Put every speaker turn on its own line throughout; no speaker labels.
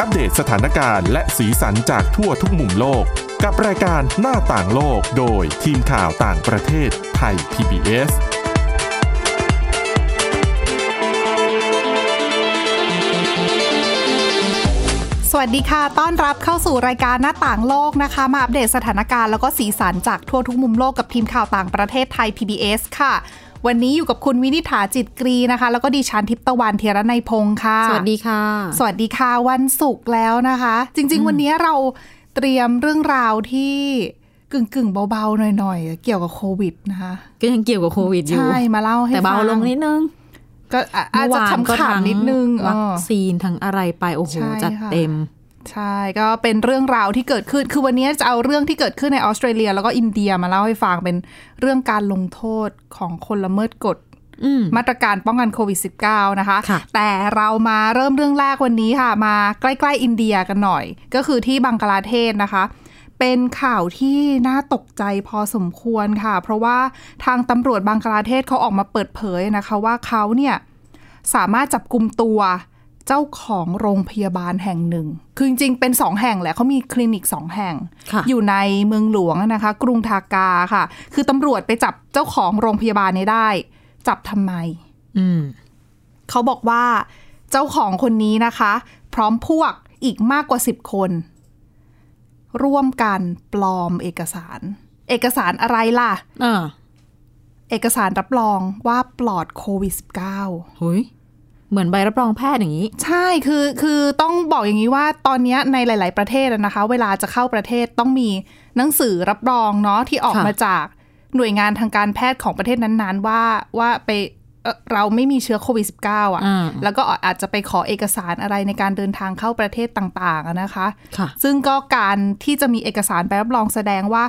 อัปเดตสถานการณ์และสีสันจากทั่วทุกมุมโลก กับรายการหน้าต่างโลกโดยทีมข่าวต่างประเทศไทย PBS
สวัสดีค่ะ ต้อนรับเข้าสู่รายการหน้าต่างโลกนะคะ มาอัปเดตสถานการณ์แล้วก็สีสันจากทั่วทุกมุมโลกกับทีมข่าวต่างประเทศไทย PBS ค่ะ วันนี้อยู่กับคุณวินิษฐาจิตกรีนะคะ แล้วก็ดิฉันทิพย์ตะวันเทยระในยพงค์ค่ะ
สวัสดีค่ะ
สวัสดีค่ะวันศุกร์แล้วนะคะ จริง ๆ วันนี้เราเตรียมเรื่องราวที่กึ่งกึ่งๆเบาๆหน่อยๆ เกี่ยวกับโควิดนะคะ
ก็ยังเกี่ยวกับโควิดอยู่
ใช่มาเล่าให้
แต่เบา
ฟั
ลงนิดนึง
ก็อ่ะอาจจะ
เมื่วานก็
ขำๆนิดนึง
วัค
เออ
ซีนทั้งอะไรไป โอ้โห
ใช่
จัด
ค่ะ
เต็ม
ใช่ก็เป็นเรื่องราวที่เกิดขึ้น คือวันนี้จะเอาเรื่องที่เกิดขึ้นในออสเตรเลีย แล้วก็อินเดียมาเล่าให้ฟังเป็นเรื่องการลงโทษของคนละเมิดกฎ
อืม
มาตรการป้องกันโควิด -19 นะคะ
ค่ะ
แต่เรามาเริ่มเรื่องแรกวันนี้ค่ะ มาใกล้ๆอินเดียกันหน่อย ก็คือที่บังกลาเทศนะคะ เป็นข่าวที่น่าตกใจพอสมควรค่ะ เพราะว่าทางตำรวจบังกลาเทศเขาออกมาเปิดเผยนะคะว่าเขาเนี่ยสามารถจับกลุ่มตัวเจ้าของโรงพยาบาลแห่งหนึ่ง คือจริงๆเป็นสองแห่งแหละเขามีคลินิกสองแห่ง
ค่ะ
อยู่ในเมืองหลวงนะคะ กรุงทากาค่ะ คือตำรวจไปจับเจ้าของโรงพยาบาลนี้ได้ จับทำไม
อืม
เขาบอกว่าเจ้าของคนนี้นะคะ พร้อมพวกอีกมากกว่า 10 คน ร่วมกันปลอมเอกสาร เอกสารอะไรล่ะ
อ่า
เอกสารรับรองว่าปลอดโควิด -19
หุยเหมือนใบรับรองแพทย์อย่างนี้
ใช่ คือ คือต้องบอกอย่างนี้ว่าตอนเนี้ยในหลาย ๆ ประเทศอะนะคะ เวลาจะเข้าประเทศต้องมีหนังสือรับรองเนาะที่ออก
ค่ะ
มาจากหน่วยงานทางการแพทย์ของประเทศนั้น ๆ ว่า ว่าไปเอ่อเราไม่มีเชื้อโควิด -19 อ่ะ
อ่า
แล้วก็อาจจะไปขอเอกสารอะไรในการเดินทางเข้าประเทศต่างๆอะนะคะ
ค่ะ
ซึ่งก็การที่จะมีเอกสารใบรับรองแสดงว่า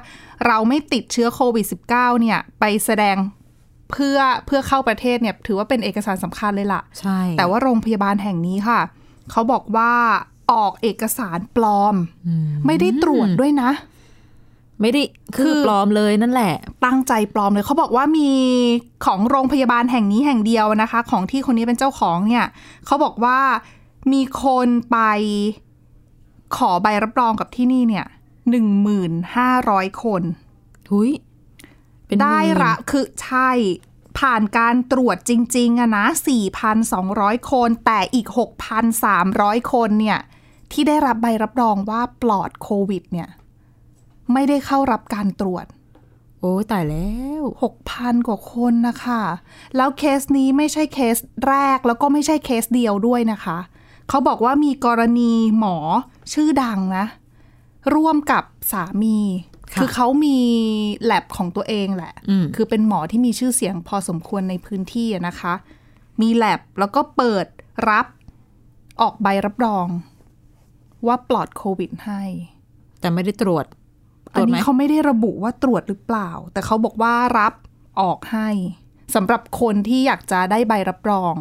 เราไม่ติดเชื้อโควิด -19 เนี่ย ไปแสดงเพื่อเพื่อเข้าประเทศเนี่ยถือว่าเป็นเอกสารสำคัญเลยล่ะ
ใช่
แต่ว่าโรงพยาบาลแห่งนี้ค่ะ เขาบอกว่าออกเอกสารปลอม
อืม
ไม่ได้ตรวจด้วยนะ
ไม่ได้ คือ
คือ
ปลอมเลยนั่นแหละ
ตั้งใจปลอมเลยเขาบอกว่ามีของโรงพยาบาลแห่งนี้แห่งเดียวนะคะ ของที่คนนี้เป็นเจ้าของเนี่ยเขาบอกว่ามีคนไปขอใบรับรองกับที่นี่เนี่ยหนึ่งหมื่นห้าร้อยคน
หุยเป็น
ได้
หมื่น
ระคือใช่ผ่านการตรวจจริง ๆอะนะ 4,200 คน แต่อีก 6,300 คนเนี่ย ที่ได้รับใบรับรองว่าปลอดโควิดเนี่ย ไม่ได้เข้ารับการตรวจ
โอ้ยตายแล้ว
6,000 กว่าคนนะคะ แล้วเคสนี้ไม่ใช่เคสแรกแล้วก็ไม่ใช่เคสเดียวด้วยนะคะ เขาบอกว่ามีกรณีหมอชื่อดังนะ ร่วมกับสามี
ค่ะ
คือเขามีแลบของตัวเองแหละ
อืม
คือเป็นหมอที่มีชื่อเสียงพอสมควรในพื้นที่อะนะคะ มีแลบแล้วก็เปิดรับออกใบรับรอง ว่าปลอดโควิดให้
แต่ไม่ได้ตรวจ ต
อั
ร
น
วจไหม
นี้เขาไม่ได้ระบุว่าตรวจหรือเปล่า แต่เขาบอกว่ารับออกให้สำหรับคนที่อยากจะได้ใบรับรอง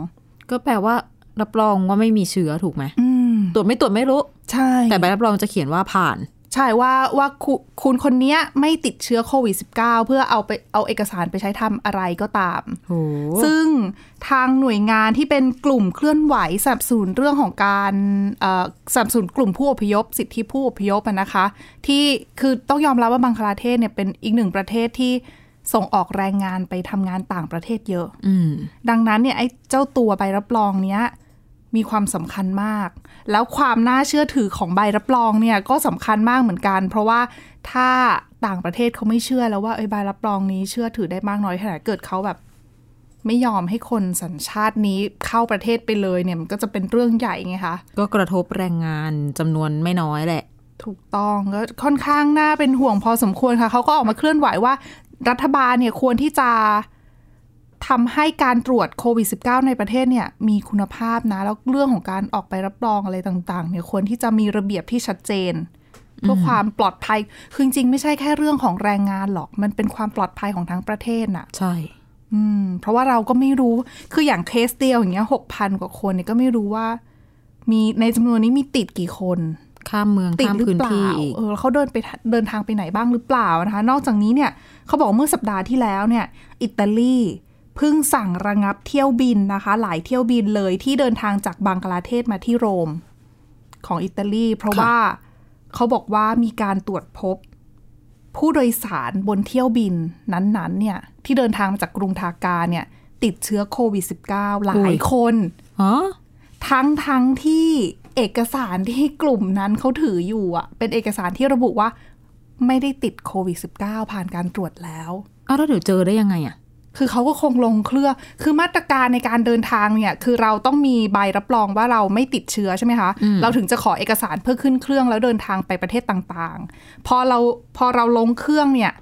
ก็แปลว่า รับรองว่าไม่มีเชื้อถูกไหม
อืม
ตรวจไม่ตรวจไม่รู้
ใช่
แต่ใบรับรองจะเขียนว่าผ่าน
ใช่ว่าว่าคุคุณคนเนี้ยไม่ติดเชื้อโควิด -19 เพื่อเอาไปเอาเอกสารไปใช้ทำอะไรก็ตาม
โอ้
ซึ่งทางหน่วยงานที่เป็นกลุ่มเคลื่อนไหวสนับสนุนเรื่องของการเอ่อสนับสนุนกลุ่มผู้อพยพ สิทธิผู้อพยพอะนะคะ ที่คือต้องยอมรับว่าบังคลาเทศเนี่ยเป็นอีกหนึ่งประเทศที่ส่งออกแรงงานไปทำงานต่างประเทศเยอะ
อืม
ดังนั้นเนี่ยไอ้เจ้าตัวใบรับรองเนี้ยมีความสำคัญมาก แล้วความน่าเชื่อถือของใบรับรองเนี่ยก็สำคัญมากเหมือนกัน เพราะว่าถ้าต่างประเทศเขาไม่เชื่อแล้วว่าไอ้ยใบรับรองนี้เชื่อถือได้มากน้อยขนาดเกิดเขาแบบ ไม่ยอมให้คนสัญชาตินี้เข้าประเทศไปเลยเนี่ยมันก็จะเป็นเรื่องใหญ่ไงคะ
ก็กระทบแรงงานจำนวนไม่น้อยแหละ
ถูกต้องก็ค่อนข้างน่าเป็นห่วงพอสมควรค่ะ เขาก็ออกมาเคลื่อนไหวว่า รัฐบาลเนี่ยควรที่จะทำให้การตรวจโควิด -19 ในประเทศเนี่ยมีคุณภาพนะ แล้วเรื่องของการออกไปรับรองอะไรต่างๆเนี่ยควรที่จะมีระเบียบที่ชัดเจน เพื่อความปลอดภัยคือจริงๆไม่ใช่แค่เรื่องของแรงงานหรอก มันเป็นความปลอดภัยของทั้งประเทศน่ะ
ใช่
อืมเพราะว่าเราก็ไม่รู้คืออย่างเคสเดียวอย่างเงี้ยหกพันกว่าคนเนี่ยก็ไม่รู้ว่า มีในจำนวนนี้มีติดกี่คน
ข้ามเมือง
ติด
ข้าม
หรือ
พื้น
เปล่า
ที่อีก
เออแล้วเขาเดินไปทะเดินทางไปไหนบ้างหรือเปล่านะคะ นอกจากนี้เนี่ยเขาบอกเมื่อสัปดาห์ที่แล้วเนี่ย อิตาลีเพิ่งสั่งระงับเที่ยวบินนะคะ หลายเที่ยวบินเลยที่เดินทางจากบังกลาเทศมาที่โรม ของอิตาลี เพราะ
ค่ะ
ว่าเขาบอกว่ามีการตรวจพบ ผู้โดยสารบนเที่ยวบินนั้นๆ เนี่ย ที่เดินทางมาจากกรุงทากาเนี่ย ติดเชื้อโควิด -19 หลายคน
อ๋อ
ทั้งทั้งที่เอกสารที่กลุ่มนั้นเขาถืออยู่อ่ะ เป็นเอกสารที่ระบุว่า ไม่ได้ติดโควิด -19 ผ่านการตรวจแล้ว
เอาแล้วเดี๋ยวเจอได้ยังไงอ่ะ
คือเขาก็คงลงเครื่อง คือมาตรการในการเดินทางเนี่ย คือเราต้องมีใบรับรองว่าเราไม่ติดเชื้อใช่ไหมคะ
อืม
เราถึงจะขอเอกสารเพื่อขึ้นเครื่องแล้วเดินทางไปประเทศต่างๆ พอเราพอเราลงเครื่องเนี่ย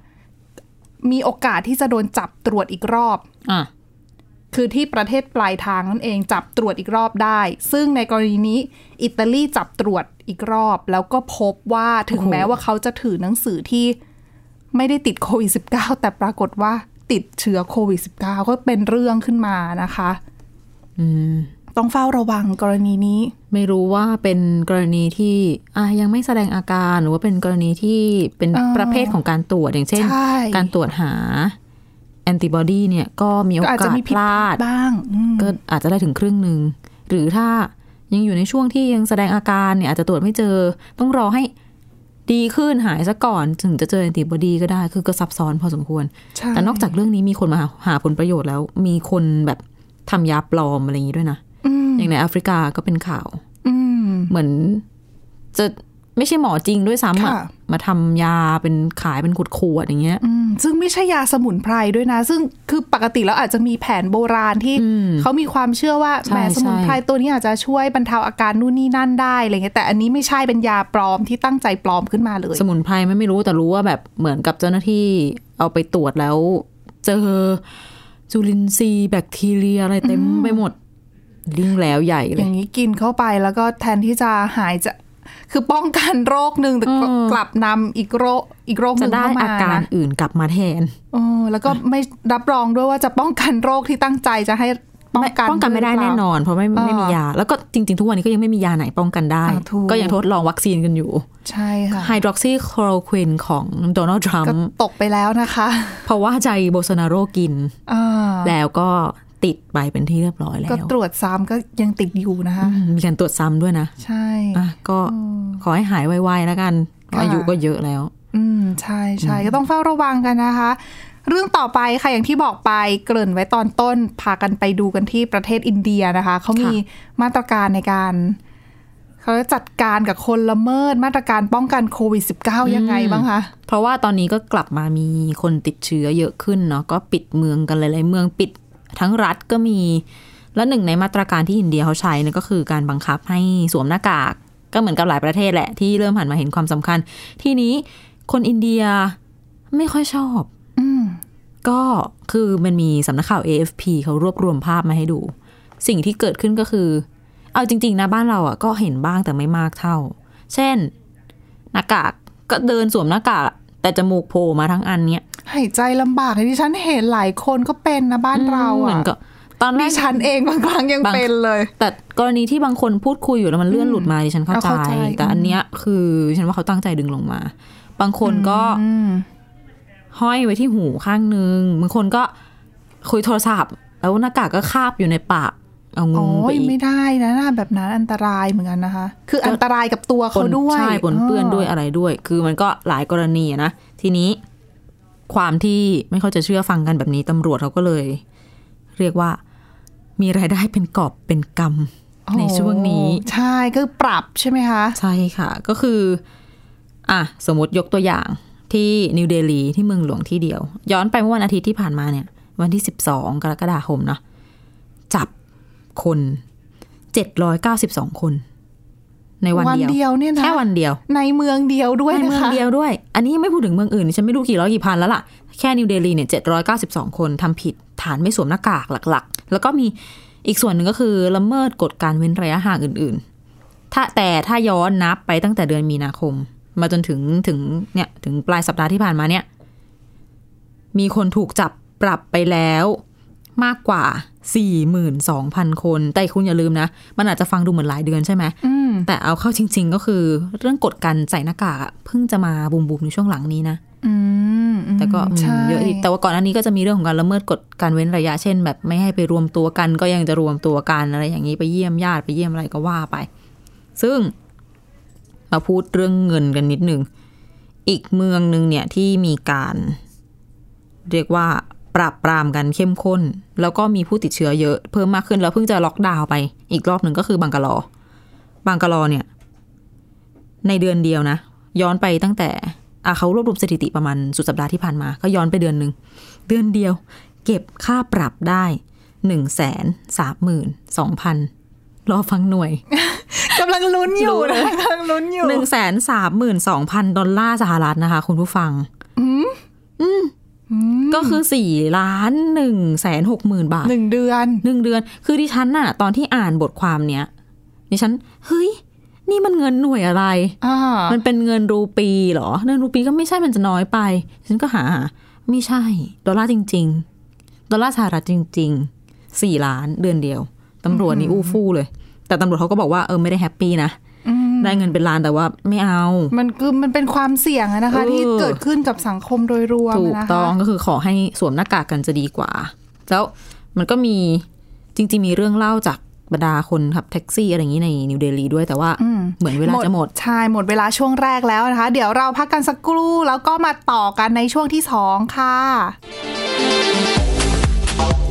มีโอกาสที่จะโดนจับตรวจอีกรอบ
อ่ะ
คือที่ประเทศปลายทางนั่นเองจับตรวจอีกรอบได้ ซึ่งในกรณีนี้อิตาลีจับตรวจอีกรอบ แล้วก็พบว่าถึง
โอ้โห
แม้ว่าเขาจะถือหนังสือที่ไม่ได้ติดโควิด -19 แต่ปรากฏว่าติดเชื้อโควิด -19 ก็เป็นเรื่องขึ้นมานะคะ
อืม
ต้องเฝ้าระวังกรณีนี้
ไม่รู้ว่าเป็นกรณีที่อ่ะยังไม่แสดงอาการหรือว่าเป็นกรณีที่เป็น
เออ
ประเภทของการตรวจอย่างเช่น
ใช่
การตรวจหาแอนติบอดีเนี่ยก็มีโอ
ก็อาจ
กา
จะ
ส
มี
พ
ผิดพ
ล
ลา
า
ด
ด
บ้างอืม
ก็อาจจะได้ถึงครึ่งหนึ่ง หรือถ้ายังอยู่ในช่วงที่ยังแสดงอาการเนี่ยอาจจะตรวจไม่เจอ ต้องรอให้ดีขึ้นหายซะก่อน ถึงจะเจอแอนติบอดีก็ได้ คือก็ซับซ้อนพอสมควร
ใช่
แต่นอกจากเรื่องนี้มีคนมาหาหาผลประโยชน์แล้ว มีคนแบบทำยาปลอมอะไรอย่างนี้ด้วยนะ
อืม
อย่างในแอฟริกาก็เป็นข่าว
อืม
เหมือนจะไม่ใช่หมอจริงด้วยซ้ำอะ
ค่ะ
มาทำยาเป็นขายเป็นขวดขวดๆอย่างเงี้ย
อืมซึ่งไม่ใช่ยาสมุนไพรด้วยนะ ซึ่งคือปกติแล้วอาจจะมีแผนโบราณที่
อืม
เขามีความเชื่อว่า
ใช่
แหมสมุนไพร
ใช่
ตัวนี้อาจจะช่วยบรรเทาอาการนู่นนี่นั่นได้อะไรเงี้ยแต่อันนี้ไม่ใช่เป็นยาปลอมที่ตั้งใจปลอมขึ้นมาเลย
สมุนไพรไม่ไม่รู้แต่รู้ว่าแบบเหมือนกับเจ้าหน้าที่เอาไปตรวจแล้ว เจอจุลินทรีย์แบคทีเรียอะไรเต็มไปหมด ลิงแล้วใหญ่เล
อย ย่างนี้กินเข้าไปแล้วก็แทนที่จะหายจะคือป้องกันโรคหนึ่งแต่ก็
อืม
กลับนำอีกโรคอีกโรคห
จะ
นึ่ง
ได้
เข้ามา
อาการ
นะ
อื่นกลับมาแทน
เออแล้วก็ไม่รับรองด้วยว่าจะป้องกันโรคที่ตั้งใจจะให้ป้องกัน
ป้องกันไม่ได้
หรื
แน่
เปล่า
นอน เพราะไม่
เออ
ไม่มียา แล้วก็จริง ๆ ทุกวันนี้ก็ยังไม่มียาไหนป้องกันได้
อ่ะถูก
ก็ยังทดลองวัคซีนกันอยู่
ใช่ค่ะ
ไฮดรอกซีคลอโรควินของโดนัลด์ทรัม
ก็
ป์
ตกไปแล้วนะคะ
เพราะว่าใจโบลโซนาโรกิน
อ่า
แล้วก็ติดไปเป็นที่เรียบร้อยแล้
ก็
ว
ตรวจซ้ำก็ยังติดอยู่นะคะ
อืมมีการตรวจซ้ำด้วยนะ
ใช่
อ่ะก็
อืม
ขอให้หายไวๆแล้วกันเพราะ
ค่ะ
อายุก็เยอะแล้ว
อืมใช่ใช่ก็ต้องเฝ้าระวังกันนะคะ เรื่องต่อไปค่ะอย่างที่บอกไปเกริ่นไว้ตอนต้น พากันไปดูกันที่ประเทศอินเดียนะคะเขามีมาตรการในการเขาจะจัดการกับคนละเมิดมาตรการป้องกันโควิด -19 ยังไงบ้างคะ
เพราะว่าตอนนี้ก็กลับมามีคนติดเชื้อเยอะขึ้นเนาะก็ปิดเมืองกันหลายๆเมืองปิดทั้งรัฐก็มี แล้วหนึ่งในมาตรการที่อินเดียเขาใช้เนี่ยก็คือการบังคับให้สวมหน้ากาก ก็เหมือนกับหลายประเทศแหละ ที่เริ่มหันมาเห็นความสำคัญ ทีนี้คนอินเดียไม่ค่อยชอบ
อืม
ก็คือมันมีสำนักข่าว AFP เขารวบรวมภาพมาให้ดู สิ่งที่เกิดขึ้นก็คือ เอาจริง ๆ นะบ้านเราอ่ะก็เห็นบ้างแต่ไม่มากเท่า เช่น หน้ากากก็เดินสวมหน้ากากแต่จมูกโผล่มาทั้งอันเนี้ย
หายใจลำบากที่ฉันเห็นหลายคนก็เป็นนะบ้านเรา
เหมื
อ่ะ
อนก็ตอนแร
ดิ
ก
ฉันเองบางครั้งยัง
บาง
เป็นเลย
แต่กรณีที่บางคนพูดคุยอยู่แล้วมันเลื่อนหลุดมาดิฉันเข้า
เอา
ใจ
เข้าใจ
แต่อันเนี้ยคือดิฉันว่าเขาตั้งใจดึงลงมา บางคนก็
อืม
ห้อยไว้ที่หูข้างหนึงบางคนก็คุยโทรศัพท์ แล้วหน้ากากก็คาบอยู่ในปากเอาง
โอ้
งไป
ย
อีก
ไม่ได้นะหน้าแบบนั้นอันตรายเหมือนกันนะคะ คืออันตรายกับตัวเขาด้วย
ใช่ปนเปื้อนด้วยอะไรด้วย คือมันก็หลายกรณีอะนะ ทีนี้ความที่ไม่เขาจะเชื่อฟังกันแบบนี้ตำรวจเขาก็เลย เรียกว่ามีรายได้เป็นกอบเป็นก
โอ้
ำในช่วงนี้
ใช่คือปรับใช่ไหมคะ
ใช่ค่ะ ก็คือ อ่ะ สมมติยกตัวอย่างที่นิวเดลีที่เมืองหลวงที่เดียว ย้อนไปเมื่อวันอาทิตย์ที่ผ่านมาเนี่ย วันที่ 12 กรกฎาคมเนาะจับคน 792 คน ในวัน
วัน
เดีย
เดีย
ว
วเนี่ยนะ
แค่วันเดียว
ในเมืองเดียวด้วย
ใน
นะ
เมือง
คะ
เดียวด้วย อันนี้ยังไม่พูดถึงเมืองอื่นดิฉันไม่รู้กี่ร้อยกี่พันแล้วล่ะ แค่นิวเดลีเนี่ย792 คนทำผิดฐานไม่สวมหน้ากากหลักๆ แล้วก็มีอีกส่วนหนึ่งก็คือละเมิดกฎการเว้นระยะห่างอื่นๆ ถ้าแต่ถ้าย้อนนับไปตั้งแต่เดือนมีนาคม มาจนถึงถึงเนี่ยถึงปลายสัปดาห์ที่ผ่านมาเนี่ย มีคนถูกจับปรับไปแล้วมากกว่า 42,000 คน แต่คุณอย่าลืมนะ มันอาจจะฟังดูเหมือนหลายเดือนใช่ไหม
อืม
แต่เอาเข้าจริง ๆ ก็คือเรื่องกฎการใส่หน้ากากอะเพิ่งจะมาบูมบูมๆในช่วงหลังนี้นะ
อืมอืม
แต่ก็อืม
ใช่
เยอะอีกแต่ว่าก่อนอันนี้ก็จะมีเรื่องของการละเมิดกฎการเว้นระยะเช่น แบบไม่ให้ไปรวมตัวกันก็ยังจะรวมตัวกันอะไรอย่างนี้ไปเยี่ยมญาติไปเยี่ยมอะไรก็ว่าไป ซึ่ง มาพูดเรื่องเงินกันนิดหนึ่ง อีกเมืองหนึ่งเนี่ยที่มีการ เรียกว่าปราบปรามกันเข้มข้น แล้วก็มีผู้ติดเชื้อเยอะเพิ่มมากขึ้นแล้วเพิ่งจะล็อกดาวน์ไป อีกรอบหนึ่งก็คือบังกะลอ บังกะลอเนี่ย ในเดือนเดียวนะ ย้อนไปตั้งแต่อ่ะเขารวบรวมสถิติประมาณสุดสัปดาห์ที่ผ่านมา ก็ย้อนไปเดือนหนึ่งเดือนเดียว เก็บค่าปรับได้หนึ่งแสนสามหมื่นสองพันรอฟังหน่วย
กำลังลุ้นอยู่
รู้
นะ
เลย
กำลังลุ้นอยู่
หนึ่งแสนสามหมื่นสองพันดอลลาร์สหรัฐนะคะ คุณผู้ฟัง
อืม
ก็คือสี่ล้านหนึ่งแสนหกหมื่นบาท
หนึ่งเดือน
หนึ่งเดือน คือดิฉันน่ะ ตอนที่อ่านบทความเนี้ยดิฉัน เฮ้ย นี่มันเงินหน่วยอะไร
อ่า
มันเป็นเงินรูปีเหรอ เงินรูปีก็ไม่ใช่มันจะน้อยไป ฉันก็หาหาไม่ใช่ ดอลลาร์จริง ๆ ดอลลาร์สหรัฐจริงๆสี่ล้านเดือนเดียว ตำรวจนี่อู้ฟู่เลย แต่ตำรวจเขาก็บอกว่าเออไม่ได้แฮปปี้นะ
อืม
ได้เงินเป็นล้านแต่ว่าไม่เอา
มันคือมันเป็นความเสี่ยงอะนะคะ
เออ
ที่เกิดขึ้นกับสังคมโดยรวม
ถูก
นะคะ
ต้องก็คือขอให้สวมหน้ากากกันจะดีกว่า แล้วมันก็มีจริง ๆ มีเรื่องเล่าจากบรรดาคนขับแท็กซี่อะไรอย่างนี้ในนิวเดลีด้วยแต่ว่าเหมือนเวลาจะหมด
ใช่หมดเวลาช่วงแรกแล้วนะคะ เดี๋ยวเราพักกันสักครู่แล้วก็มาต่อกันในช่วงที่สองค่ะ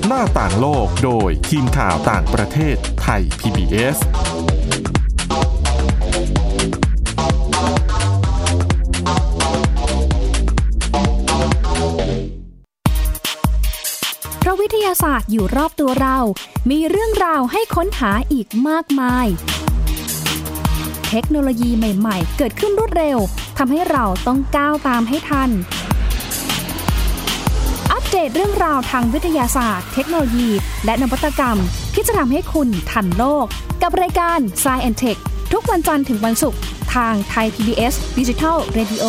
หน้าต่างโลกโดยทีมข่าวต่างประเทศไทย PBS
เพราะวิทยาศาสตร์อยู่รอบตัวเรา มีเรื่องราวให้ค้นหาอีกมากมาย เทคโนโลยีใหม่ ๆ เกิดขึ้นรวดเร็ว ทำให้เราต้องก้าวตามให้ทัน อัปเดตเรื่องราวทางวิทยาศาสตร์ เทคโนโลยี และนวัตกรรม ที่จะทำให้คุณทันโลก กับรายการ s c i e n t e c h ทุกวันจันทร์ถึงวันศุกร์ทางไทย PBS Digital Radio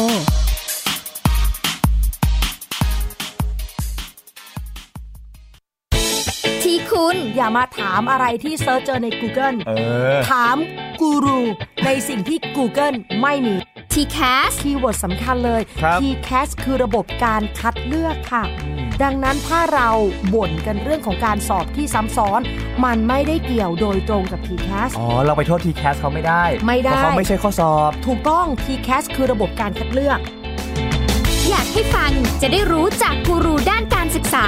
ที่คุณอย่ามาถามอะไรที่เซิร์ชเจอใน Google
เออ
ถามกูรูในสิ่งที่ Google ไม่มี t c a s คีย์เวิร์ดสำคัญเลย
ครับ
t c a s คือระบบการคัดเลือกค่ะ ดังนั้นถ้าเราบ่นกันเรื่องของการสอบที่ซ้ำซ้อน มันไม่ได้เกี่ยวโดยตรงกับ t c a s
อ๋อ เราไปโทษทีแคสเขาไม่ได้
ไม่ได้
เพราะเขาไม่ใช่ข้อสอบ
ถูกต้อง t c a s คือระบบการคัดเลือก
อยากให้ฟังจะได้รู้จากกูรูด้านการศึกษา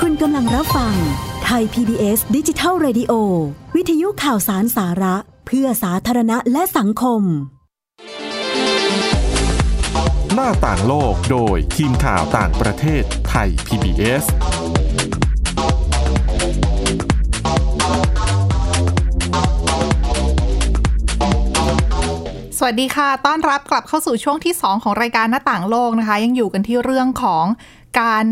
คุณกำลังรับฟังไทย PBS ดิจิทัล Radio วิทยุข่าวสารสาระ เพื่อสาธารณะและสังคม
หน้าต่างโลกโดยทีมข่าวต่างประเทศไทย PBS
สวัสดีค่ะ ต้อนรับกลับเข้าสู่ช่วงที่ 2 ของรายการหน้าต่างโลกนะคะ ยังอยู่กันที่เรื่องของการ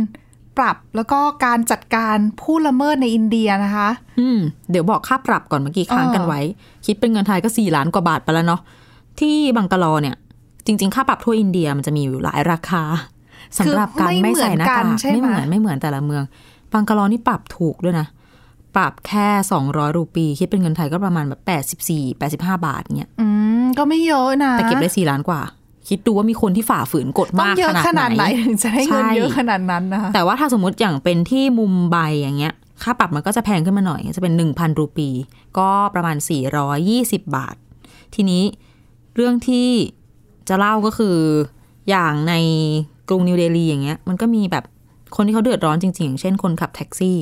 ปรับแล้วก็การจัดการผู้ละเมิดในอินเดียนะคะ
อืมเดี๋ยวบอกค่าปรับก่อนเมื่อกี้ค้างกันไว้ คิดเป็นเงินไทยก็สี่ล้านกว่าบาทไปแล้วเนาะที่บังกะลอเนี่ย จริง ๆ ค่าปรับทั่วอินเดียมันจะมีอยู่หลายราคาสำหรับการ
คือไม่
ไม่ใส่หน้ากาก
เหมือนกันใช่ไหม
ไม่เหมือนไม่เหมือนแต่ละเมือง บังกะลอนี่ปรับถูกด้วยนะ ปรับแค่สองร้อยรูปี คิดเป็นเงินไทยก็ประมาณแบบแปดสิบสี่แปดสิบห้าบาทเนี่ย
อืม ก็ไม่เยอะนะ
แต่เก็บได้สี่ล้านกว่า คิดดูว่ามีคนที่ฝ่าฝืนกฎ
ต้อง
มาก
เยอะข
ข
นา
นา
ด
ด
ไห
ไห
น
น
ถึงจะได้เงิน
ใช่
เยอะขนาดนั้นนะคะ
แต่ว่าถ้าสมมติอย่างเป็นที่มุมไบอย่างเงี้ย ค่าปรับมันก็จะแพงขึ้นมาหน่อย จะเป็น 1,000 รูปี ก็ประมาณ 420 บาท ทีนี้เรื่องที่จะเล่าก็คือ อย่างในกรุงนิวเดลีอย่างเงี้ย มันก็มีแบบคนที่เขาเดือดร้อนจริงๆอย่างเช่นคนขับแท็กซี่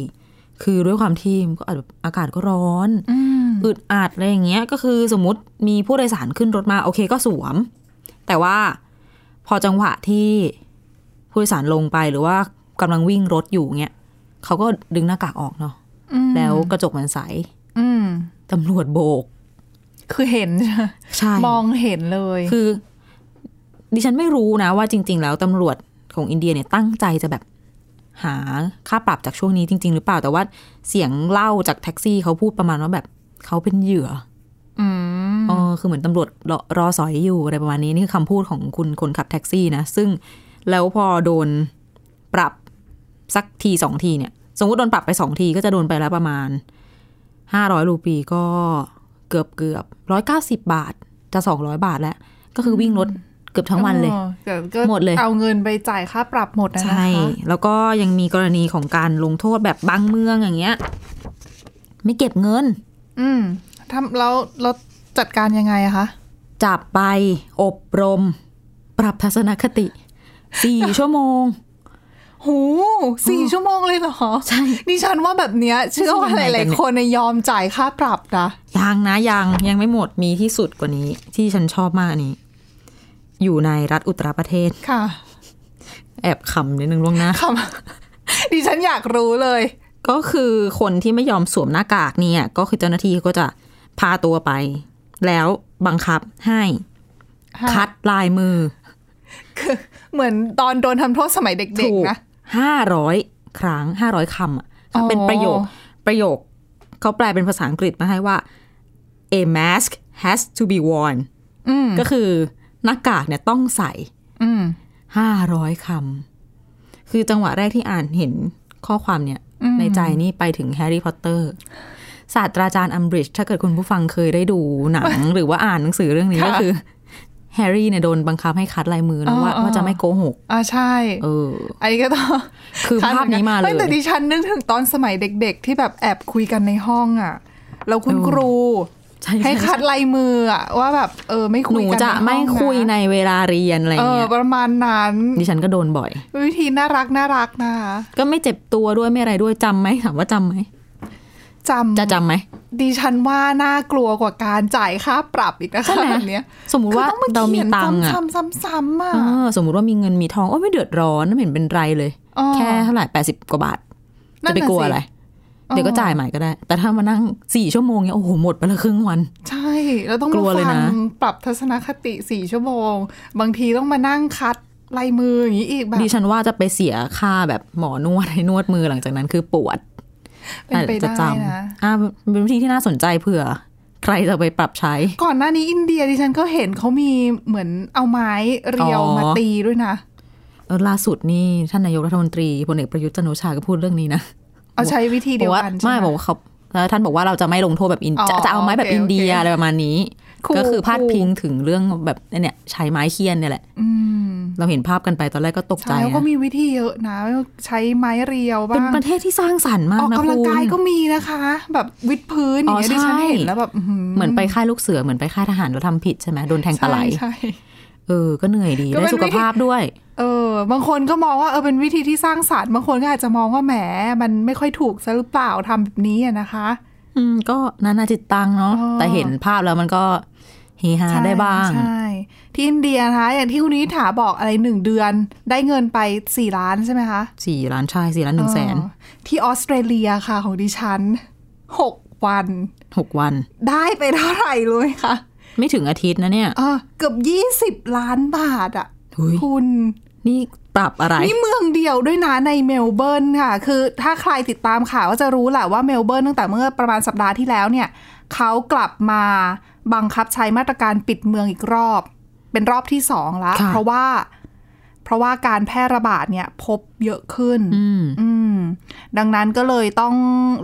คือด้วยความที่มันก็อาจจะอากาศก็ร้อน
อืม
อึดอัดอะไรอย่างเงี้ยก็คือสมมติมีผู้โดยสารขึ้นรถมาโอเคก็สวม แต่ว่าพอจังหวะที่ผู้โดยสารลงไปหรือว่ากำลังวิ่งรถอยู่เงี้ยเขาก็ดึงหน้ากากออกเนาะ
อืม
แล้วกระจกมันใส
อืม
ตำรวจโบก
คือเห็น
ใช่
มองเห็นเลย
คือ ดิฉันไม่รู้นะว่าจริง ๆ แล้วตำรวจของอินเดียเนี่ยตั้งใจจะแบบหาค่าปรับจากช่วงนี้จริง ๆ หรือเปล่าแต่ว่าเสียงเล่าจากแท็กซี่เขาพูดประมาณว่าแบบเขาเป็นเหยื่อ
อืม
เออคือเหมือนตำรวจรอรอสอยอยู่อะไรประมาณนี้นี่คือคำพูดของคุณคนขับแท็กซี่นะ ซึ่งแล้วพอโดนปรับสักทีสองทีเนี่ย สมมติโดนปรับไปสองทีก็จะโดนไปแล้วประมาณห้าร้อยรูปีก็เกือบเกือบร้อยเก้าสิบบาทจะสองร้อยบาทแล้ว ก็คือวิ่งรถเกือบทั้งวันเลย
อ๋อแต่ก็
หมดเลย
เอาเงินไปจ่ายค่าปรับหมดนะ
ใช่
คะ
แล้วก็ยังมีกรณีของการลงโทษแบบบางเมืองอย่างเงี้ย ไม่เก็บเงิน
อืมทำแล้วเราจัดการยังไงอะคะ
จับไปอบรม ปรับทัศนคติสี่ ชั่วโมง
หูสี่ชั่วโมงเลยเหรอ
ใช่
ดิฉันว่าแบบเนี้ยเชื่อว่าหลายๆคนน่ะยอมจ่ายค่าปรับนะ
ยังนะยังยังไม่หมดมีที่สุดกว่านี้ ที่ฉันชอบมากอันนี้ อยู่ในรัฐอุตตรประเทศ
ค่ะ
แอบขำนิดนึงล่วงหน้า
คำ ดิฉันอยากรู้เลย
ก็คือคนที่ไม่ยอมสวมหน้ากากเนี่ย ก็คือเจ้าหน้าที่ก็จะพาตัวไป แล้วบังคับให้คัดลายมือ
คือเหมือนตอนโดนทำโทษสมัยเด็ก
ถูก
ๆนะ
ห้าร้อยครั้งห้าร้อยคำอะ
อ๋อ
เป็นประโยคประโยค เขาแปลเป็นภาษาอังกฤษมาให้ว่า a mask has to be worn
อืม
ก็คือหน้ากากเนี่ยต้องใส่
อืม
ห้าร้อยคำ คือจังหวะแรกที่อ่านเห็นข้อความเนี่ย ในใจนี่ไปถึงแฮร์รี่พอตเตอร์ ศาสตราจารย์อัมบริดจ์ถ้าเกิดคุณผู้ฟังเคยได้ดู หนัง หรือว่าอ่านหนังสือเรื่องนี้ก็คือ แฮร์รี่เนี่ยโดนบังคับให้คัดลายมือนะว่าว่าจะไม่โกหก
อ่าใช่
เออ
อันนี้ก็ต้อง
คือภาพนี้มาเล
ฮ้แต่ดิ
ย
ฉันนึกถึงตอนสมัยเด็กๆ ที่แบบแอบคุยกันในห้องอ่ะ แล้วคุณ
เออ
ครู
ใช่
ให้
ใช่
คัดลายมืออะว่าแบบ เออไม่
ห
คุย
นู
กัน
จะ
ในห้อง
ไม่คุย
นะ
ในเวลาเรียนอะไรอ
เอย่าง อ
เงี้ย
ประมาณนั้น
ดิฉันก็โดนบ่อย
วิธีน่ารักน่ารักนะคะ
ก็ไม่เจ็บตัวด้วยไม่อะไรด้วยจำไหมถามว่าจำไหม
จำ
จะจำไหม
ดิฉันว่าน่ากลัวกว่าการจ่ายค่าปรับอีกนะ
ใช่
คะ
ไหม
แบบเนี้ย
สมมุติว่า
คืออง
เรามี
ขียน
ตังค์อะ
ซ้ำๆซ้ำๆอะ
เออสมมุติว่ามีเงินมีทองโอ้ยไม่เดือดร้อนไม่เห็นเป็นไรเลย
อ๋อ
แค่เท่าไหร่แปดสิบกว่าบาท
นั่น
จะ
น่ะ
ไปกลัว
สิ
อะไร เดี๋ยวก็จ่ายใหม่ก็ได้ แต่ถ้ามานั่งสี่ชั่วโมงเนี่ยโอ้โหหมดไปละครึ่งวัน
ใช่แล้วต้อง
กลัว
มา
เลย
ฟั
นะ
งปรับทัศนคติสี่ชั่วโมง บางทีต้องมานั่งคัดลายมืออย่างนี้อีกแบบ
ดิฉันว่าจะไปเสียค่าแบบหมอนวดให้นวดมือหลังจากนั้นคือปวด
เป็นไป
จะ
ได้
จ
นะ
ำอ่าเป็นวิธีที่น่าสนใจเผื่อ ใครจะไปปรับใช้
ก่อนหน้านี้อินเดียดิฉันก็เห็นเขามีเหมือนเอาไม้เรียว
อ๋อ
มาตีด้วยนะ
เออล่าสุดนี่ท่านนายกรัฐมนตรีพลเอกประยุทธ์จันทร์โอชาก็พูดเรื่องนี้นะ
เอาใช้วิธี
บ
เดี
อย
ว
กว่า
กันใช่
ไม่
ห
บอกว่าเขาแล้วท่านบอกว่าเราจะไม่ลงโทษแบบอิน
อ๋อ
จะจะเอาไม้แบบ
โอเค
อินเดีย
โอเค
อะไรประมาณนี้
ครู
ก็คือพาดพิงถึงเรื่องแบบเนี่ยใช้ไม้เคียนเนี่ยแหละ
อืม
เราเห็นภาพกันไปตอนแรกก็ตกใจ
ใช่แล้วก็
นะ
มีวิธีเยอะนะใช้ไม้เรียว
เป็น
บ้าง
ประเทศที่สร้างสรรค์มาก
ออก
นะ
กำลังกายก็
คุณ
มีนะคะ แบบวิดพื้นอย่างเงี้ย
อ๋อ
ดิฉัน
ใช่
เห็นแล้วแบบ
เหมือนไปค่ายลูกเสือเหมือนไปค่ายทหารแล้วทำผิดใช่ไหมโดนแทงปลาไหล
ใช่ใช่
เออก็เหนื่อยดี
ก็เป็
ได้
น
สุขภาพด้วย
เออบางคนก็มองว่าเออเป็นวิธีที่สร้างสรรค์บางคนก็อาจจะมองว่าแหมมันไม่ค่อยถูกซะหรือเปล่าทำแบบนี้อะนะคะ
อืมก็นานาจิตตังเนาะ
อ๋อ
แต่เห็นภาพแล้วมันก็เฮฮา
ใช่
ได้บ้าง
ใช่ที่อินเดียนะคะอย่างที่คุณนิถาบอกอะไรหนึ่งเดือน ได้เงินไปสี่ล้านใช่ไหมคะ
สี่ล้านชายสี่ล้านหนึ่งแสน
เออที่ออสเตรเลียค่ะของดิฉันหกวัน
หกวัน
ได้ไปเท่าไหร่รู้ไหมคะ
ไม่ถึงอาทิตย์นะเนี่ย
เออเกือบยี่สิบล้านบาทอ่ะ
หุย
คุณ
นี่ปรับอะไร
นี่เมืองเดียวด้วยนะในเมลเบิร์นค่ะ คือถ้าใครติดตามข่าวก็จะรู้แหละว่าเมลเบิร์นตั้งแต่เมื่อประมาณสัปดาห์ที่แล้วเนี่ยเขากลับมาบังคับใช้มาตรการปิดเมืองอีกรอบ เป็นรอบที่สองละ
ค่ะ
เพราะว่า เพราะว่าการแพร่ระบาดเนี่ยพบเยอะขึ้น
อืม
อืมดังนั้นก็เลยต้อง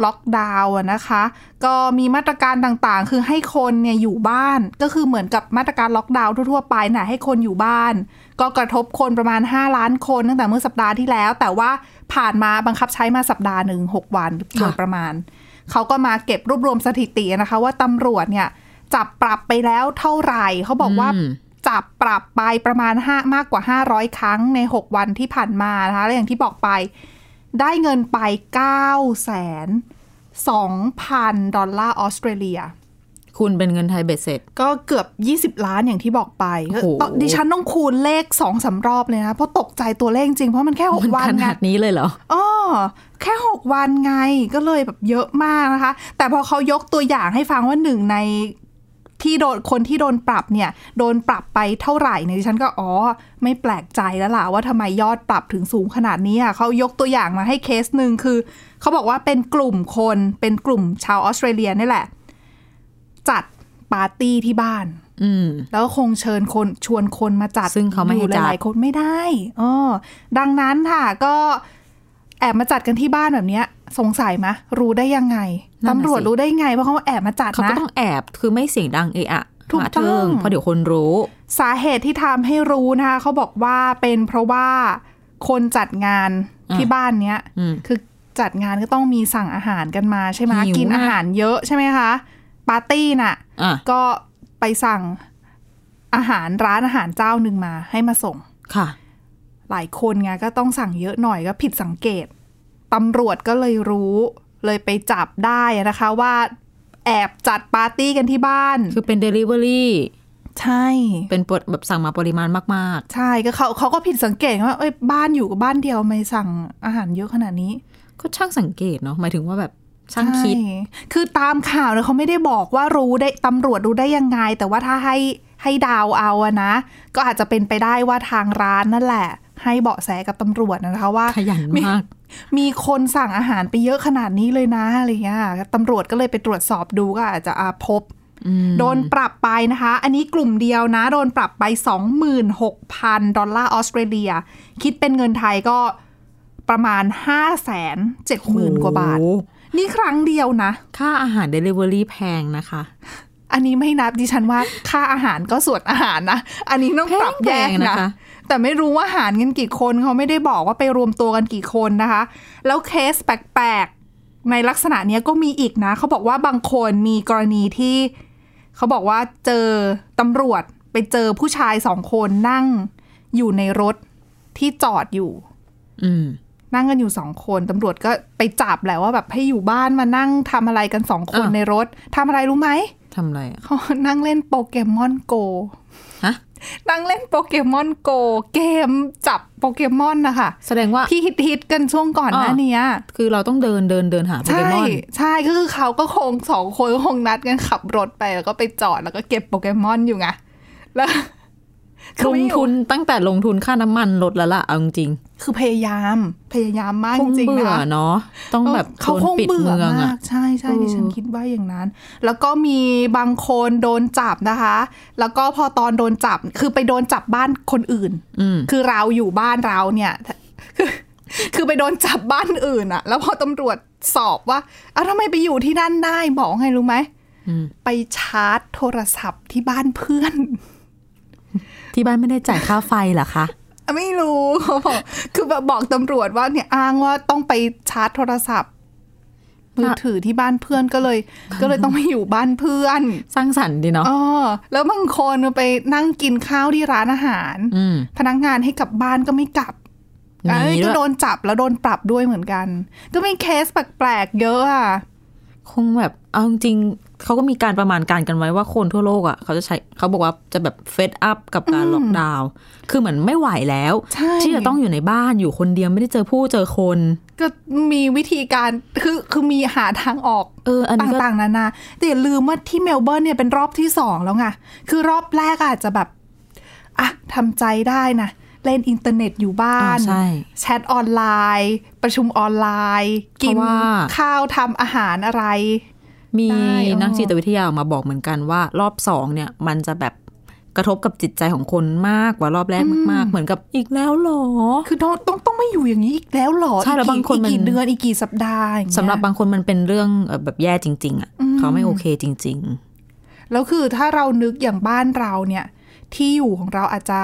ล็อกดาวน์อะนะคะ ก็มีมาตรการต่างๆ คือให้คนเนี่ยอยู่บ้าน ก็คือเหมือนกับมาตรการล็อกดาวน์ทั่วๆไปนะให้คนอยู่บ้าน ก็กระทบคนประมาณ 5 ล้านคนตั้งแต่เมื่อสัปดาห์ที่แล้ว แต่ว่าผ่านมาบังคับใช้มาสัปดาห์หนึ่งหกวันโดยประมาณ เขาก็มาเก็บรวบรวมสถิตินะคะ ว่าตำรวจเนี่ยจับปรับไปแล้วเท่าไหร่เขาบอกว่า
อืม
จับปรับไปประมาณ5มากกว่า 500 ครั้งใน 6 วันที่ผ่านมานะคะและอย่างที่บอกไป ได้เงินไป 9 2 0 0 0 ดอลลาร์ออสเตรเลีย
คุณเป็นเงินไทยเบ็ดเสร็จ
ก็เกือบ 20 ล้านอย่างที่บอกไป
โอ้โห
ก็ดิฉันต้องคูณเลข2องสามรอบเลยนะ เพราะตกใจตัวเลขจริง เพราะมันแค่
มัน
6 วัน
ข
ไง
นาดนี้เลยเหรอ
อ๋อแค่ 6 วันไงก็เลยแบบเยอะมากนะคะ แต่พอเขายกตัวอย่างให้ฟังว่าหนึ่งใน ที่โดนคนที่โดนปรับเนี่ยโดนปรับไปเท่าไหร่เนี่ยดิฉันก็อ๋อไม่แปลกใจแล้วล่ะว่าทำไมยอดปรับถึงสูงขนาดนี้อ่ะเขายกตัวอย่างมาให้เคสหนึ่งคือ เขาบอกว่าเป็นกลุ่มคนเป็นกลุ่มชาวออสเตรเลียนี่แหละ จัด ปาร์ตี้ที่บ้าน
อืม
แล้วก็คงเชิญคนชวนคนมาจัด
ซึ่งเขาไม่ให้
อยู่
จัด
หลายๆคนไม่ได้อ๋อดังนั้นค่ะก็แอบมาจัดกันที่บ้านแบบเนี้ย สงสัยมะ รู้ได้ยังไง
นั่นน่ะสิ
ตำรวจรู้ได้ไงว่าเขาแอบมาจัด
เขาก็
นะ
ต้องแอบคือไม่เสียงดังเอะอะ
ถูก
หาเทิ
ต้อง
เพราะเดี๋ยวคนรู้
สาเหตุที่ทำให้รู้นะคะเขาบอกว่าเป็นเพราะว่าคนจัดงานที่บ้านเนี้ย
อืม
คือจัดงานก็ต้องมีสั่งอาหารกันมาใช่ไหม
หิว
กิน
มาก
อาหารเยอะใช่ไหมคะปาร์ตี้น่ะ
อ่ะ
ก็ไปสั่งอาหารร้านอาหารเจ้าหนึ่งมาให้มาส่ง
ค่ะ
หลายคนไงก็ต้องสั่งเยอะหน่อยก็ผิดสังเกต ตำรวจก็เลยรู้ เลยไปจับได้นะคะว่าแอบจัดปาร์ตี้กันที่บ้าน
คือเป็น Delivery
ใช่
เป็นปดแบบสั่งมาปริมาณมาก
ใช่ก็เขาเขาก็ผิดสังเกตว่าเอ้ยบ้านอยู่กับบ้านเดียวทำไม่สั่งอาหารเยอะขนาดนี้
ๆ ก็ช่างสังเกตเนาะหมายถึงว่าแบบช่างคิด
ใช่คือตามข่าวเนี่ยเขาไม่ได้บอกว่ารู้ได้ตำรวจรู้ได้ยังไง แต่ว่าถ้าให้ให้ดาวเอาอะนะ ก็อาจจะเป็นไปได้ว่าทางร้านนั่นแหละ ให้เบาะแสกับตำรวจนะคะว่า
ขยันมาก
มีคนสั่งอาหารไปเยอะขนาดนี้เลยนะอะไรเงี้ยตำรวจก็เลยไปตรวจสอบดูก็อาจจะอ่าพบ โดนปรับไปนะคะ อันนี้กลุ่มเดียวนะ โดนปรับไป 26,000 ดอลลาร์ออสเตรเลีย คิดเป็นเงินไทยก็ประมาณ 5 7 0 0 0 0 กว่าบาท
โอ้โห
นี่ครั้งเดียวนะ
ค่าอาหาร Delivery แพงนะคะ
อันนี้ไม่นับดิฉันว่าค่าอาหารก็ส่วนอาหารนะ อันนี้ต้องปรับแยก
แพงๆ
นะ
นะคะ
แต่ไม่รู้ว่าหารกันกี่คนเขาไม่ได้บอกว่าไปรวมตัวกันกี่คนนะคะ แล้วเคสแปลกๆ ในลักษณะเนี้ยก็มีอีกนะ เขาบอกว่าบางคนมีกรณีที่ เขาบอกว่าเจอตำรวจไปเจอผู้ชายสองคนนั่งอยู่ในรถที่จอดอยู่
อืม
นั่งกันอยู่สองคนตำรวจก็ไปจับแหละว่าแบบให้อยู่บ้านมานั่งทำอะไรกันสองคน
อ่ะ
ในรถทำอะไรรู้ไหม
ทำอะไรอะ
เขานั่งเล่นโปเกมอนโก
ฮะ
นั่งเล่นโปเกมอนโก เกมจับโปเกมอนนะคะ
แสดงว่า
ที่ฮิตๆกันช่วงก่อนหน้า
อ่า
เนี้ย
คือเราต้องเดินเดินเดินหาโปเก
ใช่
มอน
ใช่ก็คือเขาก็คงสองคนก็คงนัดกันขับรถไปแล้วก็ไปจอดแล้วก็เก็บโปเกมอนอยู่ไงแล้ว
ลงทุนตั้งแต่ลงทุนค่าน้ำมันลดแล้วล่ะเอาจริง
คือพยายามพยายามมาก
ๆค
จ
ง
ริงๆ
เบื่อ
นะ
เนาะต้องแบบ
เขา
โดน
คง
ปิด
เบื่อ
เมือง
มา
อะ
กใช่ใช่
เออ
ดิฉันคิดว่าอย่างนั้น แล้วก็มีบางคนโดนจับนะคะ แล้วก็พอตอนโดนจับคือไปโดนจับบ้านคนอื่น
อืม
คือเราอยู่บ้านเราเนี่ย คือคือไปโดนจับบ้านอื่นอะแล้วพอตำรวจสอบว่าอ้าวทำไมไปอยู่ที่นั่นได้บอกไงรู้ไหม
อืม
ไปชาร์จโทรศัพท์ที่บ้านเพื่อน
ที่บ้านไม่ได้จ่ายค่าไฟเหรอคะ
ไม่รู้เขาบอกคือแบบบอกตำรวจว่าเนี่ยอ้างว่าต้องไปชาร์จโทรศัพท์มือถือที่บ้านเพื่อนก็เลย ก็เลยต้องไปอยู่บ้านเพื่อน
สร้างสรรค์ดีเนาะ
อ๋อแล้วบางคนไปนั่งกินข้าวที่ร้านอาหาร
อืม
พนักงานให้กลับบ้านก็ไม่กลับ
หนี
เอ้ย
ด้
ก็
วย
โดนจับแล้วโดนปรับด้วยเหมือนกัน ก็มีเคสแปลกๆเยอะอ่ะ
คงแบบเอาจริงๆเขาก็มีการประมาณการกันไว้ว่าคนทั่วโลกอ่ะเขาจะใช้เขาบอกว่าจะแบบเฟดอัพกับการล็อกดาวน์คือเหมือนไม่ไหวแล้ว
ใช่
ที่จะต้องอยู่ในบ้านอยู่คนเดียวไม่ได้เจอผู้เจอคน
ก็มีวิธีการคือคือมีหาทางออก
เออ อันนี้ก็
ต่างๆนานาแต่อย่าลืมว่าที่เมลเบิร์นเนี่ยเป็นรอบที่สองแล้วไงคือรอบแรกอาจจะแบบอ่ะทำใจได้นะเล่นอินเทอร์เน็ตอยู่บ้า
อ่าน ใช่
แชทออนไลน์ ประชุมออนไลน์
เพ
กิน
ราะว่า
ข้าวทำอาหารอะไร
มี
ได้อ๋อ
นักจิตวิทยาออกมาบอกเหมือนกันว่ารอบสองเนี่ย มันจะแบบกระทบกับจิตใจของคนมากกว่ารอบแรกมาก ๆ เหมือนกับอีกแล้วเหรอ
คือต้องต้องต้องไม่อยู่อย่างนี้อีกแล้วเหรอ
ใช่แล้ว
อีก
บางคน
กี่อีก
มัน
กี่เดือนอีกกี่สัปดาห์อย่างเงี้ย
สำหรับบางคนมันเป็นเรื่องเอ่อแบบแย่จริง ๆ อ่ะ
อืม
เขาไม่โอเคจริง
แล้วคือถ้าเรานึกอย่างบ้านเราเนี่ย ที่อยู่ของเราอาจจะ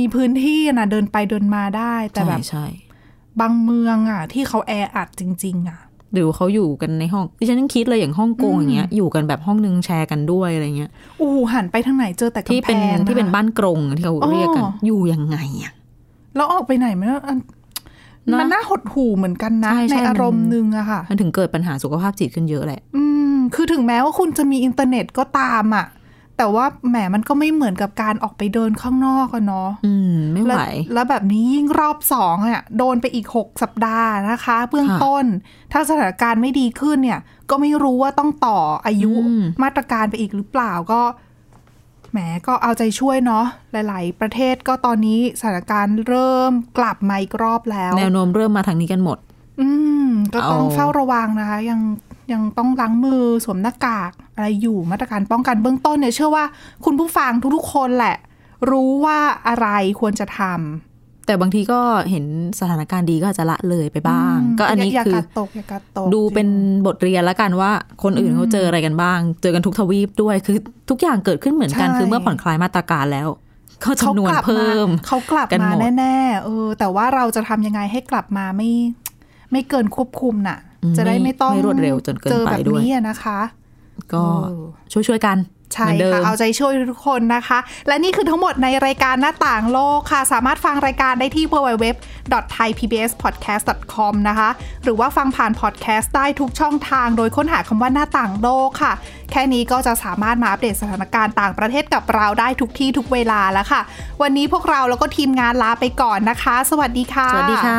มีพื้นที่นะเดินไปเดินมาได้
ๆ
แต่
ใช่
แบบ
ใช่
บางเมืองอ่ะ ที่เขาแออัดจริง ๆ อ่ะ
หรือเขาอยู่กันในห้องดิฉันยังคิดเลยอย่างฮ่องกงอย่างเงี้ยอยู่กันแบบห้องนึงแชร์กันด้วยอะไรเงี้ย
อู้หูหันไปทางไหนเจอแต่
ที่
กำแพ
เป็น
งะ
ที่เป็นบ้านกรงที่เขาเรียกกัน
อ๋ออ
อยู่ยังไงอ่ะ
แล้วออกไปไหนมันก็อัน
นะ
มันน่าหดหู่เหมือนกันนะ
ใช่ใช่มัน
อารมณ์หนึงอะค่ะ
มันถึงเกิดปัญหาสุขภาพจิตขึ้นเยอะแหละ
อืม คือถึงแม้ว่าคุณจะมีอินเทอร์เน็ตก็ตามอะแต่ว่าแหมมันก็ไม่เหมือนกับการออกไปเดินข้างนอกอะเนาะ
อืม ไม่ไห
แล้ว วแล้วแบบนี้ยิ่งรอบสองอะโดนไปอีกหกสัปดาห์นะคะ เบื้อง
ค่ะ
ต้น ถ้าสถานการณ์ไม่ดีขึ้นเนี่ย ก็ไม่รู้ว่าต้องต่ออายุ
อืม
มาตรการไปอีกหรือเปล่าก็ แหมก็เอาใจช่วยเนาะหลาย ๆ ประเทศก็ตอนนี้สถานการณ์เริ่มกลับมาอีกรอบแล้ว
แนวโน้มเริ่มมาทางนี้กันหมด
อืม ก็ต้อง
เอา
เฝ้าระวังนะคะ ยังยังต้องล้างมือสวมหน้ากาก อะไรอยู่มาตรการป้องกันเบื้องต้นเนี่ยเชื่อว่าคุณผู้ฟังทุกๆคนแหละ รู้ว่าอะไรควรจะทำ
แต่บางทีก็เห็นสถานการณ์ดีก็อาจจะละเลยไปบ้าง ก็อันนี้
ย่า
คื
กั
ออ
ดตกอย่ากัดตก
ดูเป็นบทเรียนแล้วกันว่าคนอื่นเขาเจออะไรกันบ้าง เจอกันทุกทวีปด้วยคือทุกอย่างเกิดขึ้นเหมือนกันคือเมื่อผ่อนคลายมาตรการแล้วเขา
เขา
จำนวน
กลับ
เพิ่ม
เขากลับ
กัน
มา
หมด
แน่ๆเออ แต่ว่าเราจะทำยังไงให้กลับมาไม่ ไม่เกินควบคุมน่ะ
อืม
จะได้ไม่ต้อง
ไม่รวดเร็วจนเกิน
จอ
ไป
แบบ
ด้วย
นี้อะนะคะ
ก็ช่วยๆกัน
ใช่
เหมือนเดิ
ค่ะ
ม
เอาใจช่วยทุกคนนะคะ และนี่คือทั้งหมดในรายการหน้าต่างโลกค่ะ สามารถฟังรายการได้ที่ www.thaipbspodcast.com นะคะ หรือว่าฟังผ่านพอดแคสต์ได้ทุกช่องทางโดยค้นหาคำว่าหน้าต่างโลกค่ะ แค่นี้ก็จะสามารถมาอัปเดตสถานการณ์ต่างประเทศกับเราได้ทุกที่ทุกเวลาแล้วค่ะ วันนี้พวกเราแล้วก็ทีมงานลาไปก่อนนะคะ สวัสดีค่ะ
สวัสดีค่ะ